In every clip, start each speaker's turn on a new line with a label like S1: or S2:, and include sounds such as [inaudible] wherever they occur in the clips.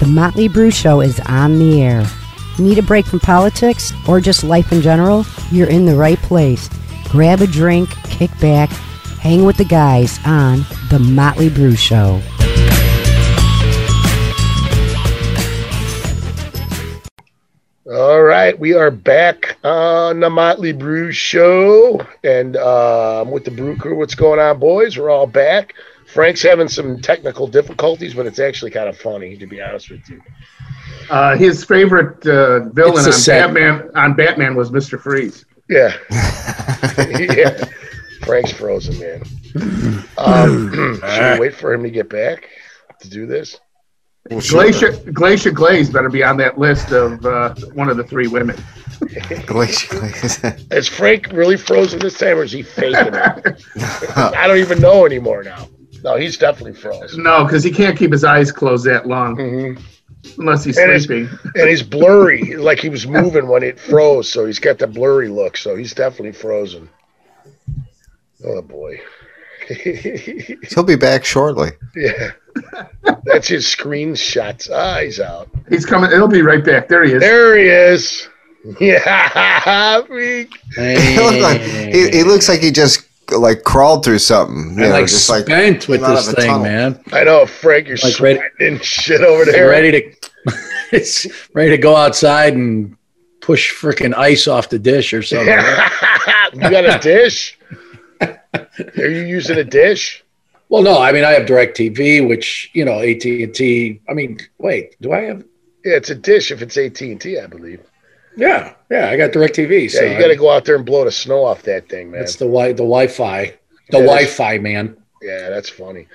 S1: The Motley Brew Show is on the air. Need a break from politics or just life in general? You're in the right place. Grab a drink, kick back, hang with the guys on The Motley Brew Show.
S2: All right, we are back on the Motley Brew Show, and um, with the Brew Crew. What's going on, boys? We're all back. Frank's having some technical difficulties, but it's actually kind of funny, to be honest with you.
S3: Uh, his favorite uh, villain
S4: It's a
S3: on
S4: set.
S3: Batman on Batman was Mister Freeze.
S2: Yeah, [laughs] yeah. Frank's frozen, man. Um, [clears throat] should we wait for him to get back to do this?
S3: Glacier Glacier Glaze better be on that list of uh, one of the three women.
S4: [laughs] Glacier Glaze.
S2: Is Frank really frozen this time, or is he faking it? I don't even know anymore now. No, he's definitely
S3: [laughs]
S2: frozen, Mm-hmm.
S3: No, because he can't keep his eyes closed that long unless he's
S2: And it's-
S3: sleeping.
S2: and he's blurry, like he was moving when it froze. So he's got the blurry look. So he's definitely frozen. Oh boy, [laughs]
S4: He'll be back shortly. [laughs]
S2: yeah, that's his screenshots. Ah, he's out.
S3: He's coming. He'll be right back. There he is.
S2: There he is. [laughs] Yeah, freak.
S4: He, looked like, he, he looks like he just like crawled through something. You know,
S5: I'm like
S4: just like
S5: spent with
S4: came out
S5: this
S4: of a
S5: thing,
S4: tunnel.
S5: man.
S2: I know, Frank. You're
S5: Like, ready-
S2: sweating shit over
S5: I'm
S2: there. [laughs]
S5: ready to, [laughs] it's ready to go outside and push freaking ice off the dish or something.
S2: you got a dish? Are you using a dish?
S5: Well, no, I mean I have DirecTV, which you know AT and T. I mean, wait, do I have?
S2: Yeah, it's a dish if it's AT and T, I believe.
S5: Yeah, yeah, I got DirecTV.
S2: Yeah,
S5: So
S2: you got to go out there and blow the snow off that thing, man.
S5: that's the wi the Wi-Fi, the
S2: Yeah, that's-
S5: Wi-Fi man.
S2: yeah, that's funny.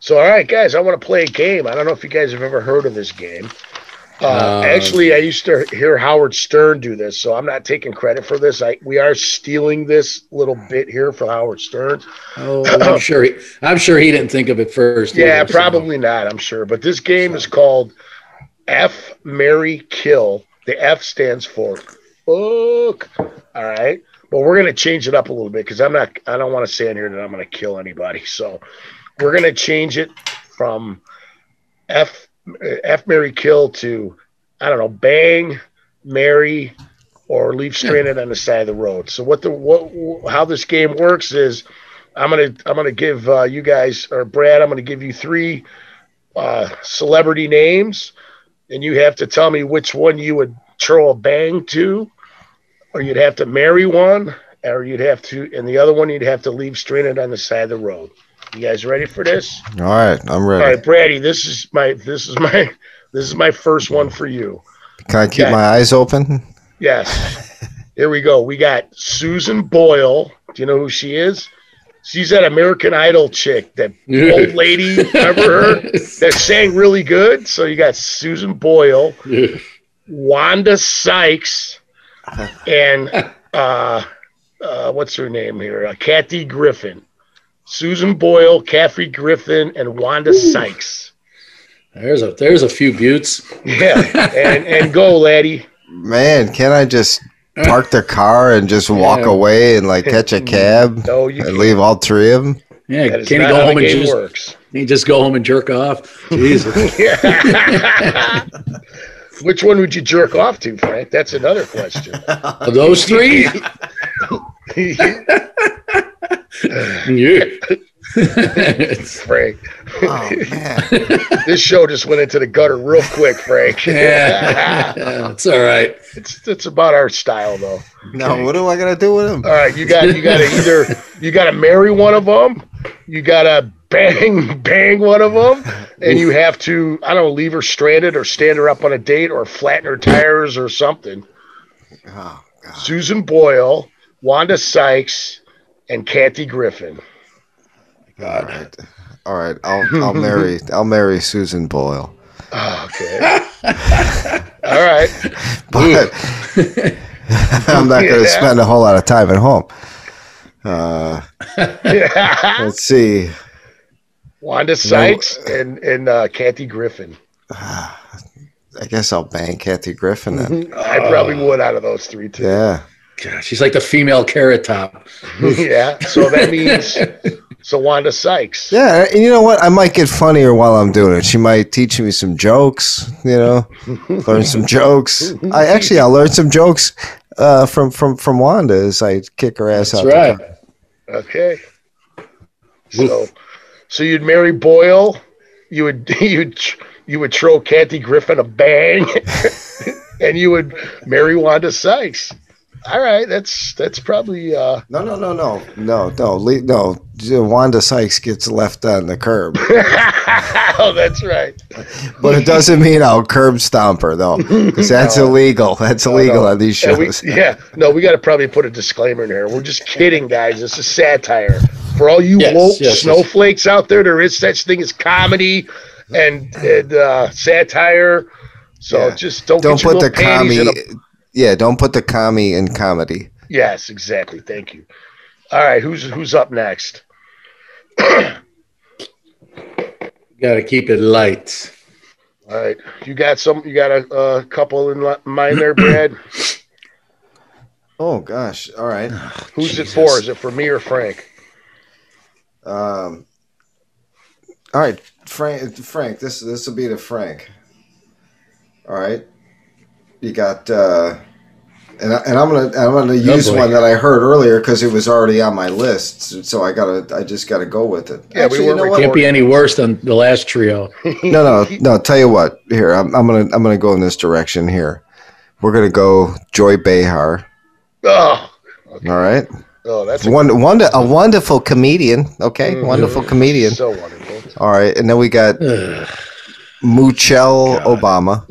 S2: So, all right, guys, I want to play a game. I don't know if you guys have ever heard of this game. Uh,
S5: Uh,
S2: actually, I used to hear Howard Stern do this, so I'm not taking credit for this. I we are stealing this little bit here from Howard Stern.
S5: Oh, I'm sure. He, I'm sure he didn't think of it first.
S2: Yeah,
S5: either, so. [laughs]
S2: probably not, I'm sure. But this game is called F Mary Kill. The F stands for fuck. All right. But we're gonna change it up a little bit because I'm not I don't want to say in here that I'm gonna kill anybody. So we're gonna change it from F uh, F Mary Kill to I don't know, bang, Mary, or leave stranded on the side of the road. So what the what how this game works is I'm gonna I'm gonna give uh, you guys or Brad I'm gonna give you three uh, celebrity names, and you have to tell me which one you would throw a bang to, or you'd have to marry one, or you'd have to, and the other one you'd have to leave stranded on the side of the road. You guys ready for this?
S4: all right, I'm
S2: All
S4: ready.
S2: right, Brady, this is my this is my this is my first one for you.
S4: Can I keep
S2: Yeah.
S4: my eyes open?
S2: Yes. [laughs] Here we go. We got Susan Boyle. Do you know who she is? She's that American Idol chick, that
S5: [laughs]
S2: old lady, remember her? That sang really good. So you got Susan Boyle, Wanda Sykes, and uh, uh, what's her name here? Uh, Kathy Griffin. Susan Boyle, Kathy Griffin, and Wanda Sykes.
S5: There's a there's a few buttes.
S2: Yeah. And and go, laddie.
S4: Man, can I just park the car and just walk
S5: Yeah.
S4: away and like catch a cab
S2: No, you
S4: and
S2: can't.
S4: leave all three of them?
S5: Yeah,
S2: That is
S5: can he
S2: not
S5: go
S2: how
S5: home
S2: the
S5: and
S2: game
S5: just
S2: works.
S5: he just go home and jerk off? Jesus.
S2: [laughs] Which one would you jerk off to, Frank? That's another question. [laughs]
S5: Of those three? yeah.
S2: Frank,
S4: Oh man,
S2: this show just went into the gutter real quick, Frank.
S5: [laughs] yeah. It's all right.
S2: [laughs] it's it's about our style though.
S4: no, what am I gonna do with them?
S2: All right, you got you got to either you got to marry one of them, you got to bang [laughs] bang one of them, and you have to I don't know, leave her stranded or stand her up on a date or flatten her tires or something.
S4: Oh,
S2: Susan Boyle, Wanda Sykes, and Kathy Griffin.
S4: all right, all right. I'll I'll marry I'll marry Susan Boyle. [laughs]
S2: Okay. [laughs] All right. [laughs]
S4: but I'm not going to
S2: Yeah.
S4: spend a whole lot of time at home. Uh, let's see.
S2: Wanda Sykes and and uh, Kathy Griffin.
S4: I guess I'll bang Kathy Griffin then.
S2: I probably would out of those three too.
S4: Yeah.
S2: [laughs]
S5: God, she's like the female carrot top.
S2: Yeah. So that means So Wanda Sykes.
S4: Yeah, and you know what? I might get funnier while I'm doing it. She might teach me some jokes.
S2: [laughs]
S4: You know, learn some jokes. I actually I'll learn some jokes uh, from from from Wanda as I kick her ass out.
S5: That's
S4: the
S5: right.
S4: car.
S2: Okay. So, so you'd marry Boyle. You would [laughs] you would you would throw Kathy Griffin a bang, [laughs] and you would marry Wanda Sykes. All right, that's that's probably uh, [laughs]
S4: No, no, no, no, no, no, le- no. Wanda Sykes gets left on the curb,
S2: oh, that's right.
S4: but it doesn't mean I'll curb stomp her though, because that's illegal. That's illegal on these
S2: Yeah, we,
S4: shows.
S2: yeah, no, we got to probably put a disclaimer in here. We're just kidding, guys. This is satire. For all you
S5: Yes,
S2: woke
S5: yes, yes.
S2: snowflakes out there, there is such thing as comedy and, and uh, satire. So
S4: Yeah.
S2: just don't
S4: don't
S2: get your
S4: put the
S2: little panties
S4: commie.
S2: in a
S4: Yeah, don't put the commie in comedy.
S2: Yes, exactly. Thank you. All right, who's who's up next?
S5: Got to keep it light.
S2: All right, you got some. You got a, a couple in li- mind there,
S4: [clears throat]
S2: Brad.
S4: Oh gosh! All right.
S2: Who's it
S5: Jesus.
S2: for? Is it for me or Frank?
S4: Um, all right, Frank. Frank, this this will be to Frank. All right, you got, uh, and I- and I'm gonna I'm gonna use
S5: boy.
S4: one that I heard earlier because it was already on my list, so- so I gotta I just gotta go with it.
S2: Yeah, we
S4: Actually, you
S2: weren't
S4: know what?
S5: Can't be any worse than the last trio.
S4: no, no, no. Tell you what, here I'm, I'm gonna I'm gonna go in this direction here. We're gonna go Joy Behar.
S2: Oh,
S4: All right,
S2: oh, that's a,
S4: one, wonder, a wonderful comedian. Okay, wonderful comedian.
S2: Mm-hmm. so wonderful.
S4: All right, and then we got
S5: Ugh.
S4: Michelle Obama.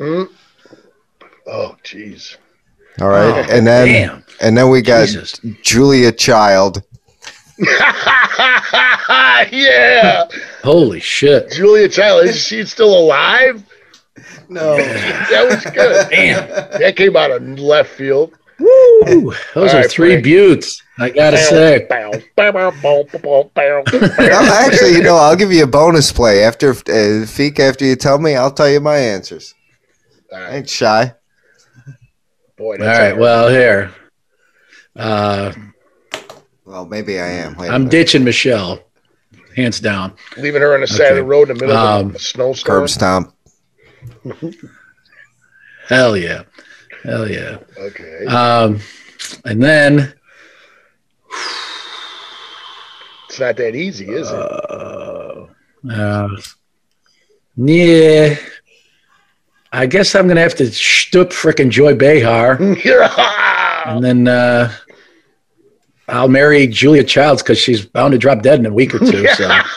S2: Oh, jeez.
S4: All right,
S5: Oh,
S4: and then
S5: damn.
S4: and then we got
S5: Jesus.
S4: Julia Child.
S2: [laughs] yeah,
S5: Holy shit.
S2: Julia Child is she still alive?
S5: [laughs]
S4: No,
S2: That was good.
S5: Damn.
S2: That came out of left field.
S5: Woo. Those
S2: All
S5: are
S2: right,
S5: three
S2: Frank.
S5: buttes. I got to say.
S2: Bow, bow, bow, bow, bow, bow, bow.
S4: actually, you know, I'll give you a bonus play after uh, Feek. After you tell me, I'll tell you my answers.
S2: All
S4: I
S2: right,
S4: ain't shy.
S2: boy.
S5: All
S2: That's
S5: right. Well, here. Uh,
S4: Well, maybe I am. Wait a
S5: I'm
S4: minute.
S5: ditching Michelle, hands down.
S2: leaving her on the side of the
S5: Okay.
S2: road in the middle of
S5: Um,
S2: a snowstorm.
S4: curb stomp.
S5: Hell yeah. Hell yeah.
S2: Okay.
S5: Um, and then
S2: It's not that easy, is [laughs] it?
S5: Uh, uh, yeah. I guess I'm gonna have to stoop frickin' Joy Behar, [laughs] and then uh, I'll marry Julia Childs because she's bound to drop dead in a week or two. So.
S2: [laughs]
S5: [laughs]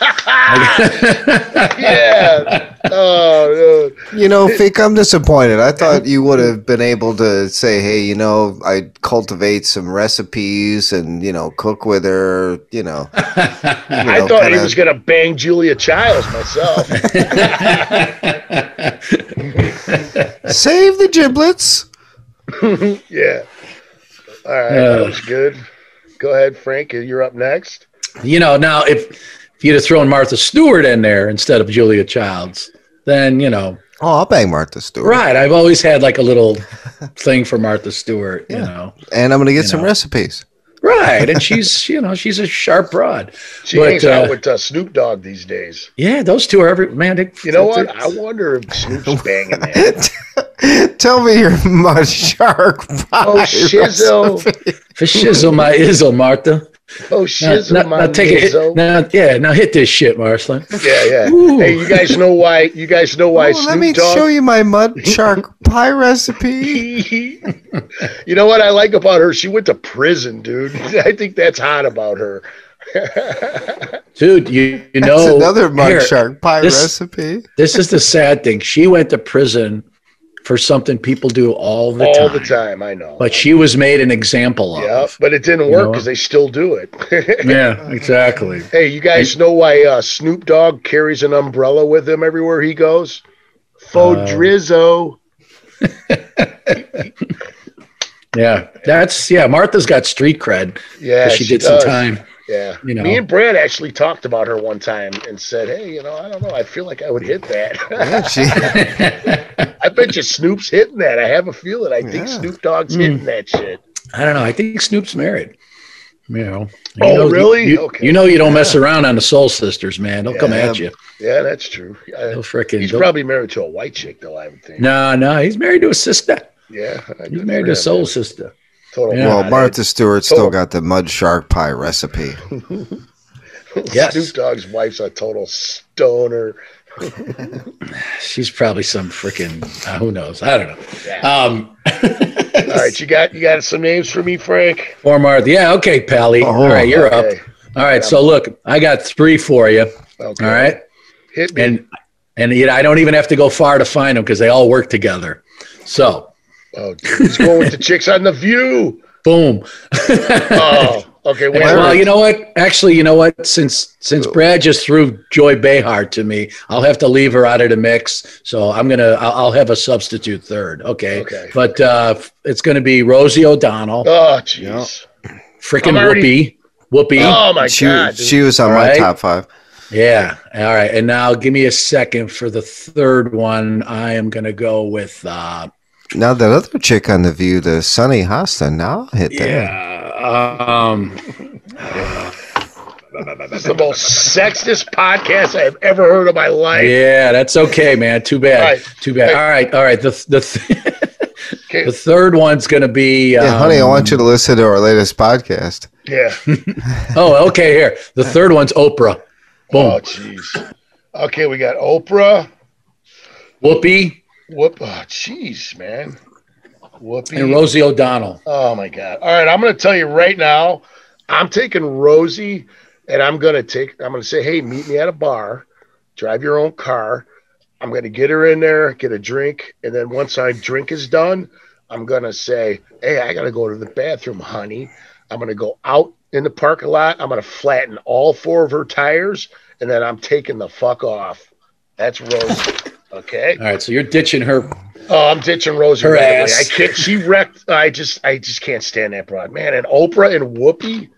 S2: yeah. Oh,
S5: [laughs]
S4: You know, Feek, I'm disappointed. I thought you would have been able to say, "Hey, you know, I cultivate some recipes and you know, cook with her." You know,
S2: no.
S4: you
S5: [laughs]
S2: I
S4: know,
S2: thought he
S4: kinda-
S2: was gonna bang Julia Childs
S5: [laughs]
S2: myself.
S4: save the giblets.
S2: yeah. All right,
S5: Uh.
S2: that was good. Go ahead, Frank. You're up next.
S5: you know, now if if you'd have thrown Martha Stewart in there instead of Julia Childs, then you know,
S4: Oh, I'll bang Martha Stewart.
S5: right? I've always had like a little thing for Martha Stewart, you know.
S4: and I'm gonna get
S5: You
S4: some
S5: know.
S4: recipes. [laughs]
S5: Right. And she's, [laughs] you know, she's a sharp broad.
S2: She
S5: But,
S2: hangs
S5: uh,
S2: out with uh, Snoop Dogg these days.
S5: Yeah, those two are every man. They,
S2: You know what?
S5: they-
S2: I wonder if Snoop's banging that.
S4: Tell me your mu- shark pie.
S2: Oh shizzle!
S5: For shizzle my izzle, Martha.
S2: Oh
S5: [laughs] Now,
S2: shizzle!
S5: now-
S2: my
S5: now take it.
S2: mizzo.
S5: Now, yeah, now hit this shit, Marceline.
S2: Yeah, yeah.
S5: Ooh.
S2: Hey, you guys know why? You guys know why
S4: let me
S2: Snoop
S4: show
S2: Dogg?
S4: you my mud shark pie recipe.
S2: [laughs] You. know what I like about her? She went to prison, dude. [laughs] I think that's hot about her.
S5: Dude, you, you
S4: That's
S5: know,
S4: another mud
S5: here,
S4: shark pie
S5: this-
S4: recipe.
S5: this is the sad thing. She went to prison for something people do all the,
S2: All
S5: time,
S2: the time, I know.
S5: But she was made an example
S2: yeah,
S5: of.
S2: but it didn't
S5: You
S2: work
S5: know
S2: because they still do it. [laughs]
S5: Yeah, exactly.
S2: hey, you guys know why uh, Snoop Dogg carries an umbrella with him everywhere he goes?
S5: Uh,
S2: Faux drizzo.
S5: Yeah, that's, yeah, Martha's got street cred. 'cause
S2: Yeah,
S5: she, did
S2: does.
S5: some time.
S2: Yeah,
S5: you know.
S2: me and Brad actually talked about her one time and said, "Hey, you know, I don't know. I feel like I would hit that."
S4: Yeah, [laughs] she,
S2: [laughs] I bet you Snoop's hitting that. I have a feeling. I think
S4: Yeah.
S5: Hmm.
S2: Snoop Dogg's hitting that shit.
S5: I don't know. I think Snoop's married. You know.
S2: Oh,
S5: you know,
S2: really?
S5: You,
S2: Okay.
S5: you know you don't mess around on the Soul Sisters, man. They'll come at you.
S2: Yeah, that's true. Yeah,
S5: They'll frickin'
S2: he's
S5: they'll-
S2: probably married to a white chick, though. I would think.
S5: No, no, he's married to a sister.
S2: Yeah, I
S5: He's
S2: could
S5: married to a
S2: forget
S5: soul
S2: that.
S5: sister.
S2: Total.
S5: Yeah.
S4: Well, Martha Stewart still
S2: Total.
S4: got the mud shark pie recipe.
S5: Yes.
S2: Snoop Dogg's wife's a total stoner.
S5: She's probably some freaking uh, who knows. I don't know.
S2: Yeah.
S5: Um,
S2: All right, you got you got some names for me, Frank.
S5: poor Martha. Yeah, okay, Pally. All right, you're up.
S2: Okay.
S5: All right, so look, I got three for you.
S2: Okay.
S5: All right,
S2: Hit me.
S5: and and you know, I don't even have to go far to find them because they all work together. So
S2: oh, dude, he's going with the chicks on the
S5: [laughs]
S2: View.
S5: boom.
S2: Oh, okay. Wait,
S5: well,
S2: wait.
S5: you know what? Actually, you know what? Since since Brad just threw Joy Behar to me, I'll have to leave her out of the mix. So I'm gonna I'll, I'll have a substitute third. Okay.
S2: Okay.
S5: But uh, it's gonna be Rosie O'Donnell,
S2: Oh, jeez.
S5: freaking
S2: I'm already-
S5: Whoopi, Whoopi.
S2: Oh my
S4: she
S2: god. dude.
S4: she was on
S5: All
S4: my
S5: right.
S4: top five.
S5: Yeah. All right. And now give me a second for the third one. I am going to go with, uh,
S4: Now that other chick on the View, the Sunny Hosta, now I'll hit that.
S5: yeah. Um,
S2: This is the most sexist podcast I've ever heard in my life.
S5: yeah, that's okay, man. Too bad.
S2: All right.
S5: Too bad.
S2: Hey.
S5: All right. All right. The, the, th-
S2: Okay.
S5: [laughs] the third one's going to be,
S4: Yeah, honey, I
S5: um,
S4: want you to listen to our latest podcast.
S2: Yeah.
S4: Hmm.
S5: oh, okay. Here. The third one's Oprah.
S2: Oh,
S5: Boom.
S2: jeez. Okay, we got Oprah.
S5: Whoopi
S2: Whoop. Oh, jeez, man. Whoopi.
S5: and Rosie O'Donnell.
S2: Oh my god! All right, I'm going to tell you right now. I'm taking Rosie, and I'm going to take. I'm going to say, hey, meet me at a bar. Drive your own car. I'm going to get her in there, get a drink, and then once our drink is done, I'm going to say, hey, I got to go to the bathroom, honey. I'm going to go out in the parking lot. I'm going to flatten all four of her tires, and then I'm taking the fuck off. That's Rosie. Okay.
S5: All right. So you're ditching her.
S2: Oh, I'm ditching Rosie.
S5: Her
S2: right away.
S5: ass.
S2: I can't. She wrecked. I just, I just can't stand that broad, man. And Oprah and Whoopi.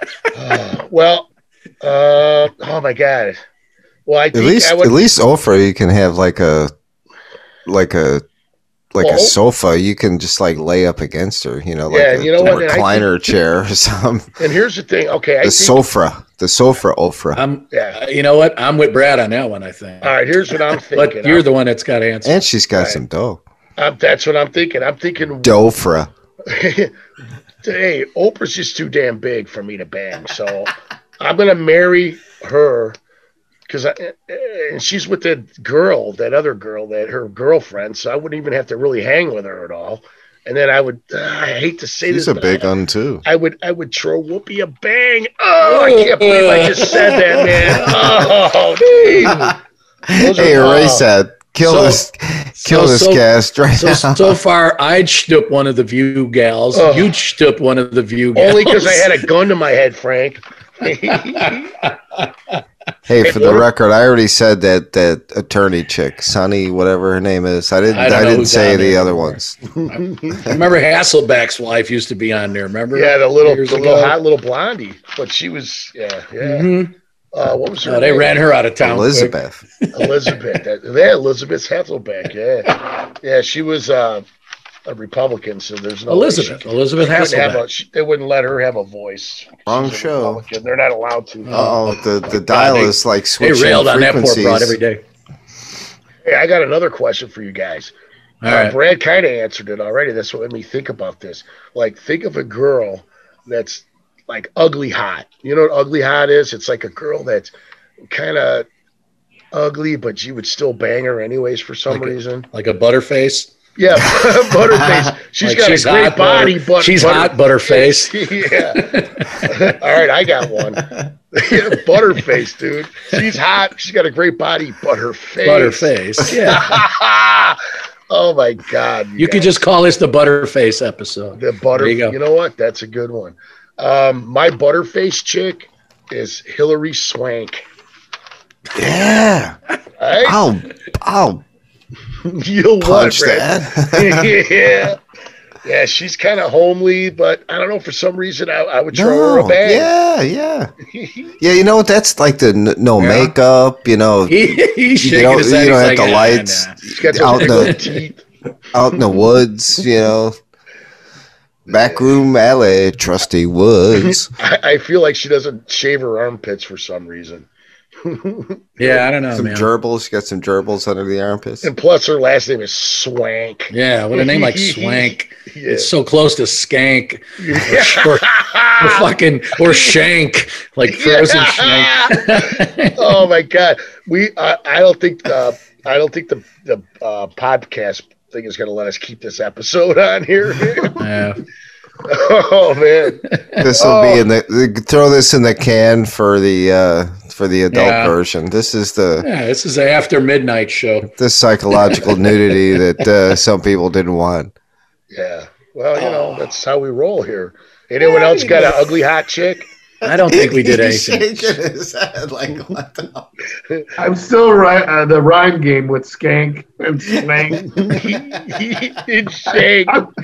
S2: [sighs] Uh, well, uh, oh my god. Well, I
S4: At
S2: think
S4: least,
S2: I would.
S4: at least Oprah, you can have like a, like a, like
S2: Well,
S4: a
S2: Op-
S4: sofa. You can just like lay up against her. You know, like
S2: Yeah,
S4: a
S2: and you know what, and I
S4: recliner chair or [laughs] something.
S2: and here's the thing. Okay, I
S4: The
S2: think. Um,
S4: sofa, the sofa, Oprah,
S5: I'm,
S2: yeah.
S5: you know what? I'm with Brad on that one, I think.
S2: All right. Here's what I'm
S5: But
S2: thinking.
S5: you're the one that's got to answer.
S4: and she's got
S2: Right.
S4: some dough.
S2: I'm, that's what I'm thinking. I'm thinking.
S4: Dofra.
S2: [laughs] hey, Oprah's just too damn big for me to bang. So I'm gonna marry her because and she's with that girl, that other girl, that her girlfriend. So I wouldn't even have to really hang with her at all. And then I would. I hate to say
S4: She's
S2: this.
S4: a
S2: but
S4: big
S2: I,
S4: one too.
S2: I would. I would throw Whoopi a bang. Oh, I can't believe I just said that,
S4: [laughs]
S2: man. Oh, dude. [laughs] Those are-
S4: Hey, erase that. Kill
S5: So-
S4: this, kill
S5: so-
S4: this
S5: so-
S4: cast right
S5: So,
S4: [laughs] now.
S5: so far, I'd shtup one of the view gals.
S2: Ugh.
S5: You'd shtup one of the view gals.
S2: Only because I had a gun to my head, Frank. [laughs]
S4: Hey, for the record, I already said that that attorney chick, Sunny, whatever her name is. I didn't.
S5: I
S4: I,
S5: don't know
S4: didn't
S5: who's
S4: say
S5: on
S4: the
S5: there
S4: other
S5: anymore.
S4: ones.
S5: [laughs] Remember Hasselback's wife used to be on there. Remember?
S2: Yeah, the little,
S5: Years
S2: the little
S5: ago?
S2: hot little blondie. But she was, yeah, yeah.
S5: Mhm.
S2: Uh, what was her?
S5: No, they
S2: name?
S5: ran her out of town. quick.
S4: Elizabeth.
S5: [laughs]
S2: Elizabeth. That, yeah, Elizabeth Hasselbeck. Yeah, yeah. She was uh, a Republican, so there's no way
S5: Elizabeth.
S2: she-
S5: Elizabeth
S2: she couldn't have
S5: Hasselback.
S2: a- she- they wouldn't let her have a voice.
S4: Wrong
S2: She's a
S4: show.
S2: Republican. They're not allowed to.
S4: Oh, the the dial
S5: they-
S4: is like
S5: They
S4: switching
S5: railed on that poor
S4: frequencies.
S5: broad every day.
S2: Hey, I got another question for you guys.
S5: All
S2: Uh,
S5: right.
S2: Brad kind of answered it already. That's what made me think about this. Like, think of a girl that's like ugly hot. You know what ugly hot is? It's like a girl that's kind of ugly, but you would still bang her anyways for some
S5: Like a-
S2: reason.
S5: Like a butterface.
S2: Yeah, [laughs]
S5: [laughs]
S2: butterface. She's
S5: Like,
S2: got
S5: she's
S2: a great
S5: hot,
S2: body,
S5: butter-
S2: but
S5: she's
S2: butter-
S5: hot, butterface.
S2: [laughs] yeah. All right, I got one. [laughs] butterface, dude. She's hot. She's got a great body, but her face. [laughs]
S5: Butterface. Yeah.
S2: oh my god.
S5: You could
S2: guys.
S5: just call this the butterface episode. [laughs]
S2: The butter.
S5: There
S2: You,
S5: you go.
S2: know what? That's a good one. Um, my butterface chick is Hillary Swank.
S4: Yeah,
S2: Right? [laughs]
S4: I'll I'll
S2: You'll want,
S4: punch
S2: Brad.
S4: that.
S2: [laughs]
S5: [laughs]
S4: [laughs]
S2: yeah. Yeah, she's kind of homely, but I don't know. For some reason, I, I would throw her a
S4: no,
S2: bag.
S4: yeah, yeah, yeah. You know what? That's like the n- no
S5: Yeah.
S4: makeup. You know,
S5: He, he's
S4: you
S5: shaking
S4: don't,
S5: his
S4: you
S5: head.
S4: don't have
S5: He's like,
S4: the
S5: "Nah,
S4: lights
S5: nah."
S2: [laughs] She's got
S4: out
S2: those big
S4: the
S2: teeth.
S4: out in the woods. You know, Backroom alley, trusty
S5: [laughs]
S4: woods.
S2: I, I feel like she doesn't shave her armpits for some reason. [laughs] and
S5: Yeah, I don't know,
S4: some
S5: Oh, man. Oh.
S4: gerbils. You got some gerbils under the
S5: [laughs]
S4: armpits.
S2: plus, her last name is Swank.
S5: yeah, what a
S2: [laughs]
S5: name like Swank.
S2: Yeah.
S5: It's so close to Skank [laughs] or, or
S2: Ah. [laughs]
S5: fucking or Shank, like frozen Shank.
S2: [laughs] oh my god, we. I, I don't think. Uh, I don't think the the uh, podcast thing is going to let us keep this episode [laughs] on
S5: [laughs]
S2: here.
S5: yeah.
S2: oh man,
S4: This will
S2: Oh.
S4: be in the, the throw this in the can for the uh, for the adult
S5: Yeah.
S4: version. This is the
S5: yeah, this is a after midnight show.
S4: the psychological nudity that uh, some people didn't want.
S2: yeah. Well, you
S5: Oh.
S2: know that's how we roll here. Anyone else got an ugly hot chick?
S5: I don't think we
S2: [laughs]
S5: did
S4: He's
S5: anything.
S4: shaking his head like, what the-
S3: I'm still right uh, the rhyme game with skank and slank.
S5: [laughs]
S2: it's Shank. [laughs]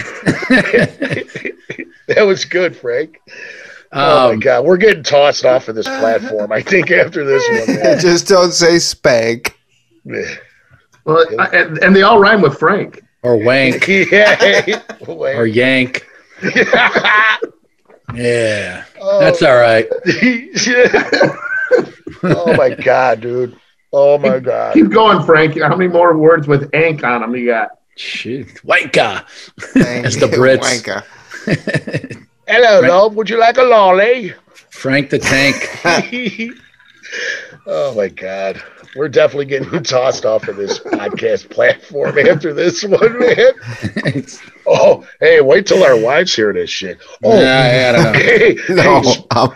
S2: that was good, Frank. Oh my
S5: Um,
S2: god, we're getting tossed off of this platform. I think after this one, man.
S4: Just don't say spank.
S5: [laughs]
S3: Well, I, and, and they all rhyme with Frank.
S5: or Wank
S2: yeah. [laughs]
S5: or Yank. Yeah, that's all right.
S2: [laughs] oh my god, dude. Oh my god.
S3: Keep going, Frank. How many more words with ank on them you got?
S5: Shit. Wanka.
S4: That's
S5: the Brits.
S2: Hello, love. Would you like a lolly?
S5: Frank the Tank. [laughs]
S2: [laughs] oh my god. We're definitely getting tossed off of this podcast platform after this one, man. Oh, hey, wait till our wives hear this shit. Oh,
S5: yeah, I
S2: [laughs]
S5: don't know.
S2: hey,
S4: No,
S2: hey,
S4: I'm,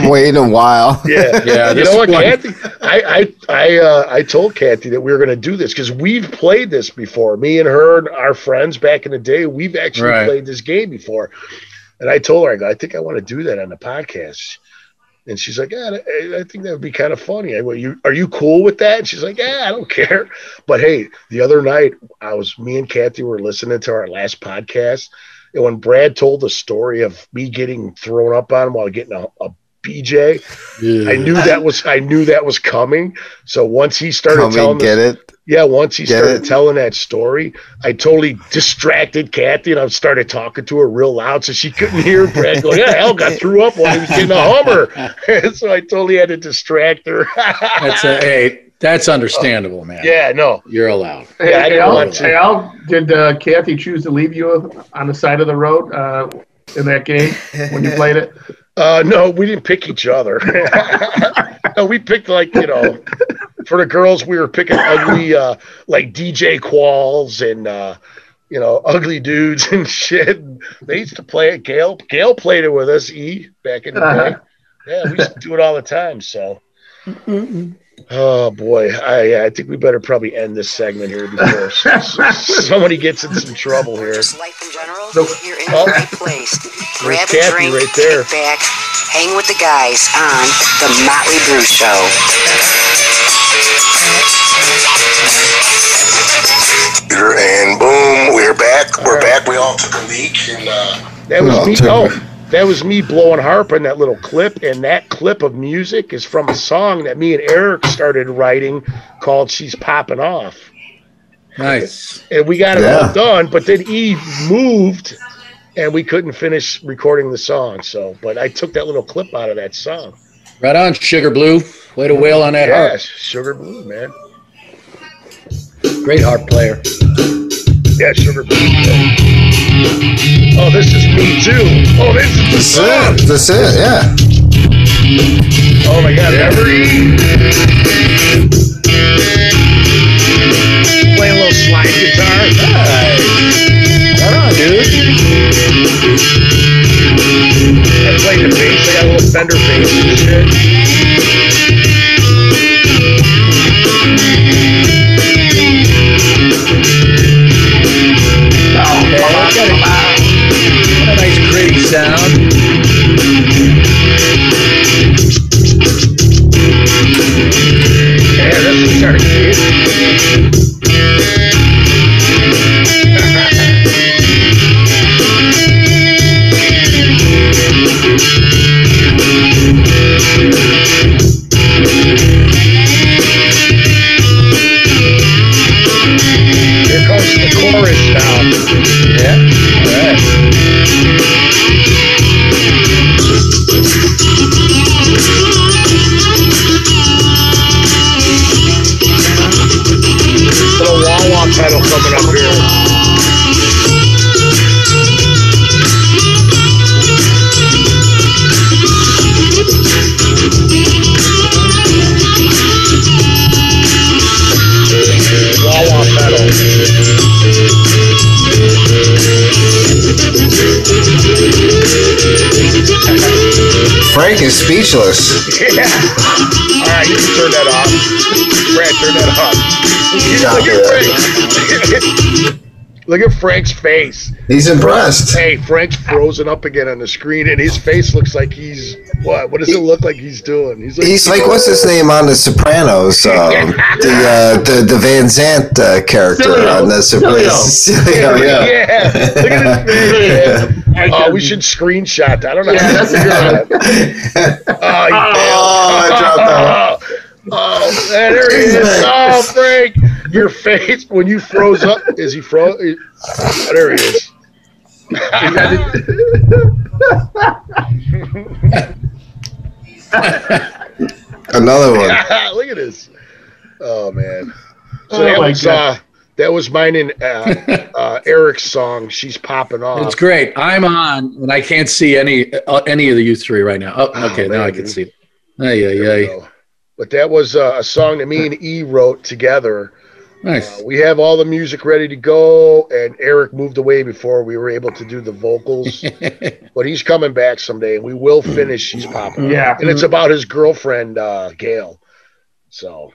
S4: I'm waiting a while.
S2: Yeah,
S5: Yeah,
S2: You
S5: this
S2: know what,
S5: one-
S2: Kathy? I I I, uh, I told Kathy that we were going to do this because we've played this before. Me and her and our friends back in the day, we've actually
S5: Right.
S2: played this game before. And I told her, I go, I think I want to do that on the podcast. And she's like, yeah, I, I think that would be kind of funny. I go, you are you cool with that? And she's like, yeah, I don't care. But hey, the other night I was me and Kathy were listening to our last podcast, and when Brad told the story of me getting thrown up on while getting a, a BJ, I knew that was I knew that was coming. So once he started
S4: Come
S2: telling
S4: and get
S2: this,
S4: it.
S2: yeah, once he
S4: Get
S2: started
S4: it?
S2: telling that story, I totally distracted Kathy and I started talking to her real loud so she couldn't hear Brad going, Yeah, hell got threw up while he was getting a hummer. [laughs] And so I totally had to distract her.
S5: That's a, hey, that's understandable, man.
S2: [laughs] yeah, no.
S5: You're allowed.
S3: Hey,
S2: Yeah, I didn't
S3: Al,
S2: want to.
S3: Al, did uh, Kathy choose to leave you on the side of the road uh, in that game when you
S2: [laughs]
S3: played it?
S2: Uh no, we didn't pick each other. no, we picked like, you know, for the girls we were picking ugly uh like DJ qualls and uh you know, ugly dudes and shit. They used to play it. Gail Gail played it with us, E back in the day.
S3: Uh-huh.
S2: Yeah, we used to do it all the time, so Oh boy, I I think we better probably end this segment here before s- s- somebody gets in some trouble
S1: Or
S2: here.
S1: just life in general,
S3: Nope.
S1: you're in
S2: Oh.
S1: the right
S2: [laughs]
S1: place. Grab
S2: Kathy
S1: a drink,
S2: right there.
S1: kick back, hang with the guys on The Motley Brew Show.
S6: And boom, we're back. We're back. We all took a leak, and uh,
S2: That was
S4: Oh,
S2: me.
S4: Timber.
S2: Oh, that was me blowing harp on that little clip, and that clip of music is from a song that me and Eric started writing called "She's Popping Off,"
S5: Nice.
S2: and we got it
S4: Yeah.
S2: all done. But then Eve moved, and we couldn't finish recording the song. So, but I took that little clip out of that song.
S5: Right on, Sugar Blue. Way to wail on that
S2: Yeah,
S5: harp.
S2: Sugar Blue, man.
S5: Great harp player.
S2: Yeah, Sugar Blue. Oh, this is me too. Oh, this is the
S4: That's
S2: song.
S4: it. That's it. Yeah.
S2: Oh my god, every play a little slide guitar.
S5: Right on, dude.
S2: I play the bass, I got a little fender bass and shit.
S5: Yeah, that's got a, Oh, got a nice gritty sound.
S2: Yeah, that's the guitar. Morris now.
S5: Yeah. All right.
S2: Little Wawa pedal coming up here. Wawa pedal.
S4: Frank is speechless.
S2: Yeah. All right, you can turn that off. Brad, turn that off.
S4: Stop
S2: Look at Frank. [laughs] Look at Frank's face.
S4: He's impressed.
S2: Hey, Frank's frozen up again on the screen, and his face looks like he's what? What does it look like he's doing? He's like,
S4: He's like, what's his name on
S2: [laughs]
S4: The Sopranos? Um, the, uh, the the Van Zant uh, character
S3: Cilio.
S4: on The Sopranos. Cilio,
S2: yeah.
S4: [laughs] yeah.
S2: Look at his face. man.
S3: [laughs] I
S2: Oh,
S3: should-
S2: we should screenshot. that. I don't know.
S3: Yeah, that's a good
S2: oh, he
S4: Oh, I dropped that one.
S2: Oh, oh, man, there he is. Oh, Frank, your face when you froze up. Is he froze? There he is. [laughs]
S4: Another one.
S2: Look at this. Oh man. So
S3: Oh,
S2: that
S3: my
S2: was
S3: God.
S2: uh, that was mine and
S3: [laughs]
S2: uh, uh, Eric's song. She's popping off.
S5: It's great. I'm on, and I can't see any uh, any of the you three right now. Oh,
S2: Oh,
S5: okay,
S2: man,
S5: now I can
S2: dude.
S5: see. Yeah, yeah,
S3: eh?
S5: yeah.
S2: So, But that was uh, a song that me and E wrote together.
S5: Nice.
S2: Uh, We have all the music ready to go, and Eric moved away before we were able to do the
S4: [laughs]
S2: vocals. but he's coming back someday, and we will finish. She's popping, Off.
S3: Yeah.
S2: and it's about his girlfriend uh, Gail. So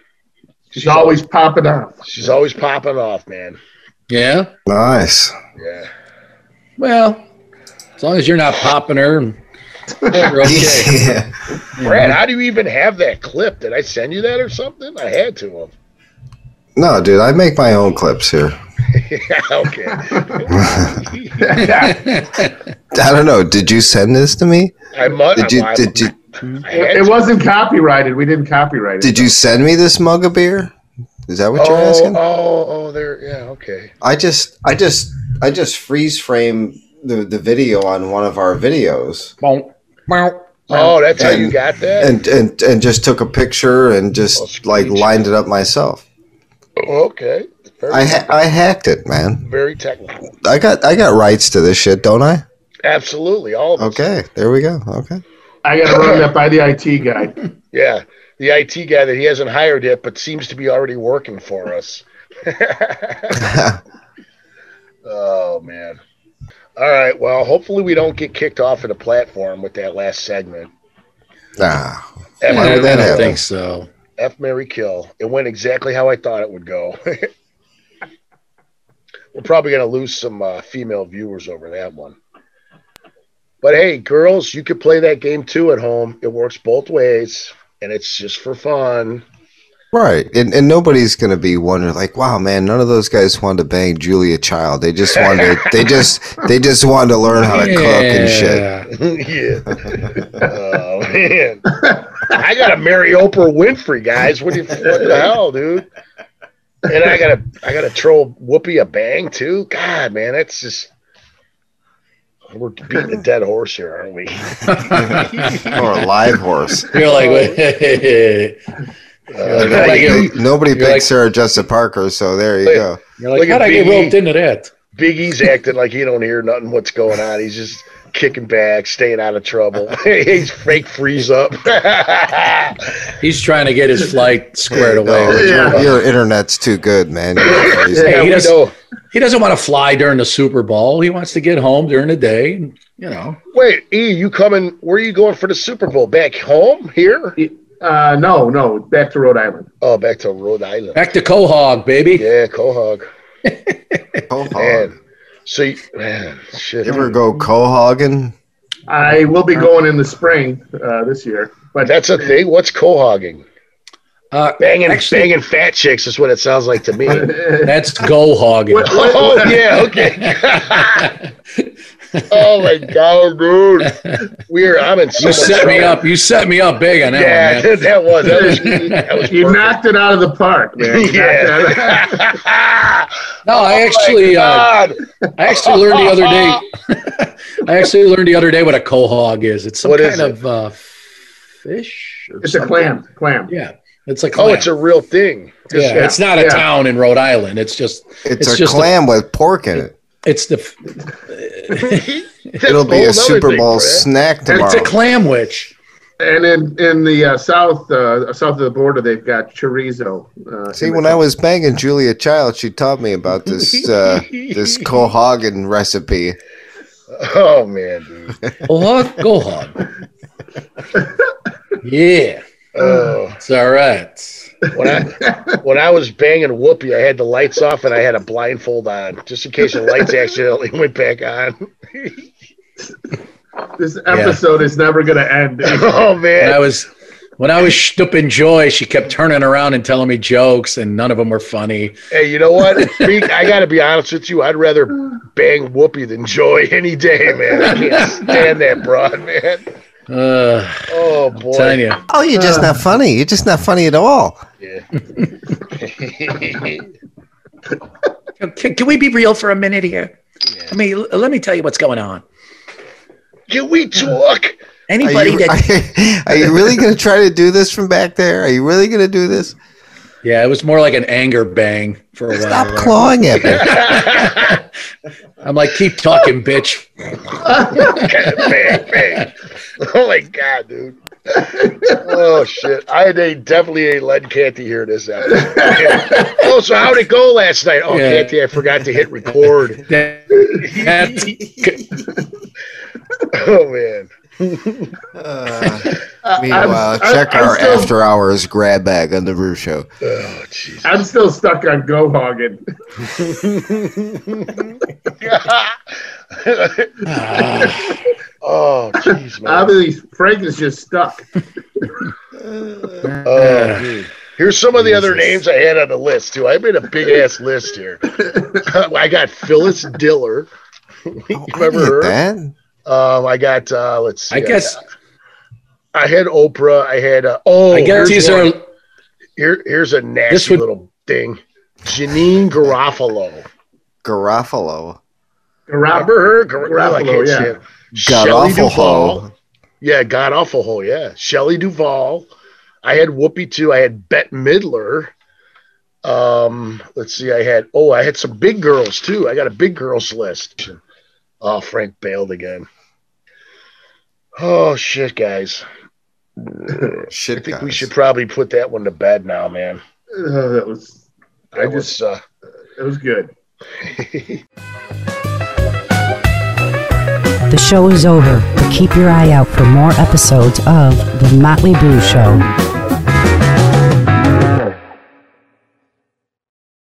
S3: She's always popping up.
S2: she's always popping off, man.
S5: yeah.
S4: Nice.
S2: Yeah.
S5: Well, as long as you're not popping her, we're okay.
S4: [laughs] Yeah.
S2: Brad, how do you even have that clip? Did I send you that or something? I had to have.
S4: No, dude, I make my own clips here.
S2: yeah, [laughs]
S3: [laughs]
S2: okay.
S5: [laughs]
S4: I don't know. Did you send this to me?
S2: I must.
S4: Did you
S2: I,
S4: did you
S2: I had
S3: It, it
S2: to.
S3: wasn't copyrighted. We didn't copyright it.
S4: did you send me this mug of beer? Is that what you're
S2: Oh,
S4: asking?
S2: oh, oh, there. Yeah, okay.
S4: I just I just I just freeze frame the, the video on one of our videos
S5: Bonk, bonk.
S2: Oh, that's how
S4: Um, And-
S2: you got that.
S4: and, and and just took a picture and
S2: Oh,
S4: just
S2: screech.
S4: like lined it up myself.
S2: okay. Very,
S4: I ha- I hacked it, man.
S2: very technical.
S4: I got I got rights to this shit, don't I?
S2: Absolutely, all of us.
S4: Okay, there we go. Okay. [laughs]
S3: I got to run that by the IT guy.
S2: Yeah, the IT guy that he hasn't hired yet, but seems to be already working for us. [laughs] oh man. All right. Well, hopefully we don't get kicked off of the platform with that last segment.
S4: Nah.
S2: F,
S4: Why
S5: I
S4: would that
S5: don't
S4: happen?
S5: think so.
S2: F Mary Kill. It went exactly how I thought it would go. [laughs] We're probably gonna lose some uh, female viewers over that one. But hey, girls, you could play that game too at home. It works both ways, and it's just for fun.
S4: Right. And, and nobody's going to be wondering like, wow, man, none of those guys wanted to bang Julia Child. They just wanted to, they just, they just wanted to learn how to cook and shit.
S5: Yeah.
S2: [laughs] yeah. oh man, I gotta marry Oprah Winfrey, guys. What, do you, what the hell, dude? And I gotta, I gotta troll Whoopi a bang too. God, man, that's just we're beating a dead horse here, aren't we?
S4: Or a live horse.
S5: [laughs] You're like, wait. You're [laughs] like, how'd I
S4: Nobody,
S5: get,
S4: nobody
S5: you're
S4: picked
S5: like-
S4: Sarah Jessica Parker, so there you go.
S5: [laughs] you're like,
S2: Look at
S5: how'd I get
S2: Big E.
S5: roped into that?
S2: Biggie's acting like he don't hear nothing. What's going on? He's just kicking back, staying out of trouble. [laughs] He's fake freeze up. [laughs]
S5: He's trying to get his flight squared
S4: No,
S5: away.
S4: your, your internet's too good, man.
S5: [laughs]
S4: You're crazy.
S5: Hey,
S2: Yeah,
S5: he
S2: we
S5: doesn't-
S2: know.
S5: He doesn't want to fly during the Super Bowl. He wants to get home during the day. And, you know,
S2: Wait, E, you coming? Where are you going for the Super Bowl? Back home here?
S3: Uh, no, no, back to Rhode Island.
S2: Oh, back to Rhode Island.
S5: back to Quahog, baby.
S2: Yeah, Quahog.
S4: Cohog.
S2: Man. So, you, man, shit.
S4: You ever go cohogging?
S3: I will be going in the spring uh, this year. But [laughs]
S2: That's a thing. What's cohogging?
S5: Uh,
S2: Banging,
S5: Actually-
S2: banging fat chicks is what it sounds like to
S5: [laughs]
S2: me. [laughs]
S5: that's go hogging.
S3: What-
S2: oh yeah, okay. oh my god,
S5: [laughs]
S2: dude! We're I'm in. So
S5: [laughs] You
S2: much
S5: set me
S2: trouble.
S5: up. You set me up big on that
S2: Yeah,
S5: one,
S2: [laughs]
S5: man.
S2: that was that
S5: [laughs]
S2: was that was
S3: You
S2: perfect.
S3: knocked it out of the park,
S2: [laughs]
S3: man. You knocked it out of-
S2: yeah.
S5: No, I actually, uh,
S2: Oh God.
S5: I actually learned the other
S2: [laughs]
S5: day. I actually learned the other day what a quahog is. It's some
S2: What
S5: kind
S2: is it?
S5: of uh, fish. Or
S3: It's a
S5: something.
S3: clam. Clam.
S5: Yeah, it's a clam.
S2: Oh, it's a real thing.
S5: yeah,
S3: yeah,
S5: it's not a
S3: yeah.
S5: town in Rhode Island. It's just
S4: It's,
S5: It's
S4: a
S5: just a-
S4: clam with pork
S5: [laughs]
S4: in it.
S5: it's the f-
S4: It'll be a Super Bowl
S2: snake.
S4: snack tomorrow.
S5: it's
S2: Oh.
S5: a clam witch.
S3: And in in the uh, south uh, south of the border, they've got chorizo. Uh,
S4: See, when I was banging Julia Child, she taught me about
S2: [laughs]
S4: this uh, this Cohagen recipe.
S2: Oh man,
S4: [laughs]
S2: dude.
S5: Quahog, Oh,
S2: [laughs]
S5: quahog. yeah,
S2: Oh.
S5: it's all right.
S2: When I when I was banging Whoopee, I had the lights off and I had a blindfold on, just in case the lights accidentally went back on. [laughs]
S3: this episode is never going to end.
S2: Oh
S5: When I
S2: man,
S5: was when I was stupid joy, she kept turning around and telling me jokes, and none of them were funny.
S2: hey, you know what? Be- I gotta be honest with you. I'd rather bang Whoopi than Joy any day, man. I can't stand that broad, man.
S5: Uh,
S2: Oh boy,
S5: telling you,
S4: Oh, you're just not funny. You're just not funny at all.
S2: Yeah. [laughs]
S5: can, can we be real for a minute here? I mean, l- let me tell you what's going on.
S2: Can we talk?
S4: Are
S5: Anybody
S4: you,
S5: that
S4: are, you- are you really going to try to do this from back there? Are you really going to do this?
S5: yeah, it was more like an anger bang for a
S4: Stop
S5: while.
S4: clawing at me.
S5: I'm like, keep talking, [laughs] bitch.
S2: bang, bang. [laughs] Oh my god, dude. oh shit. I had a definitely a lead Canty here this episode. oh, so how'd it go last night? Oh
S5: Yeah.
S2: Canty, I forgot to hit
S5: [laughs]
S2: record.
S5: That- that-
S2: oh man. [laughs]
S4: Uh, meanwhile, check
S3: I'm
S4: our
S3: still-
S4: after hours grab bag on the Roo
S2: [laughs]
S4: Show.
S2: Oh jeez.
S3: I'm still stuck on Gohagen.
S2: [laughs] oh jeez, man.
S3: Obviously, Frank is just stuck.
S2: Oh, dude. Here's some of the other names I had on the list too. I made a big ass list here. I got Phyllis Diller. Remember her?
S4: that?
S2: Um, I got. Uh, let's see.
S5: I guess
S2: I had Oprah. I had. Uh, oh,
S5: I guess
S2: here's
S5: these
S2: one.
S5: are
S2: Here, here's a nasty
S5: This would-
S2: little thing. Janine Garofalo.
S4: Garofalo.
S3: Robert,
S2: Remember her? Gar- I
S3: Garofalo,
S2: can't
S3: yeah.
S2: stand-
S4: God
S2: Shelley
S4: awful
S2: Duvall.
S4: ho.
S2: Yeah, God awful hole. Yeah, Shelley Duvall. I had Whoopi too. I had Bette Midler. Um, let's see. I had oh, I had some big girls too. I got a big girls list. Oh, Frank bailed again. Oh shit, guys. I
S4: Shit,
S2: think we
S4: guys.
S2: should probably put that one to bed now, man.
S3: uh, that was
S2: That
S3: I
S2: was, uh,
S3: it was good.
S1: The show is over, but keep your eye out for more episodes of The Motley Boo Show.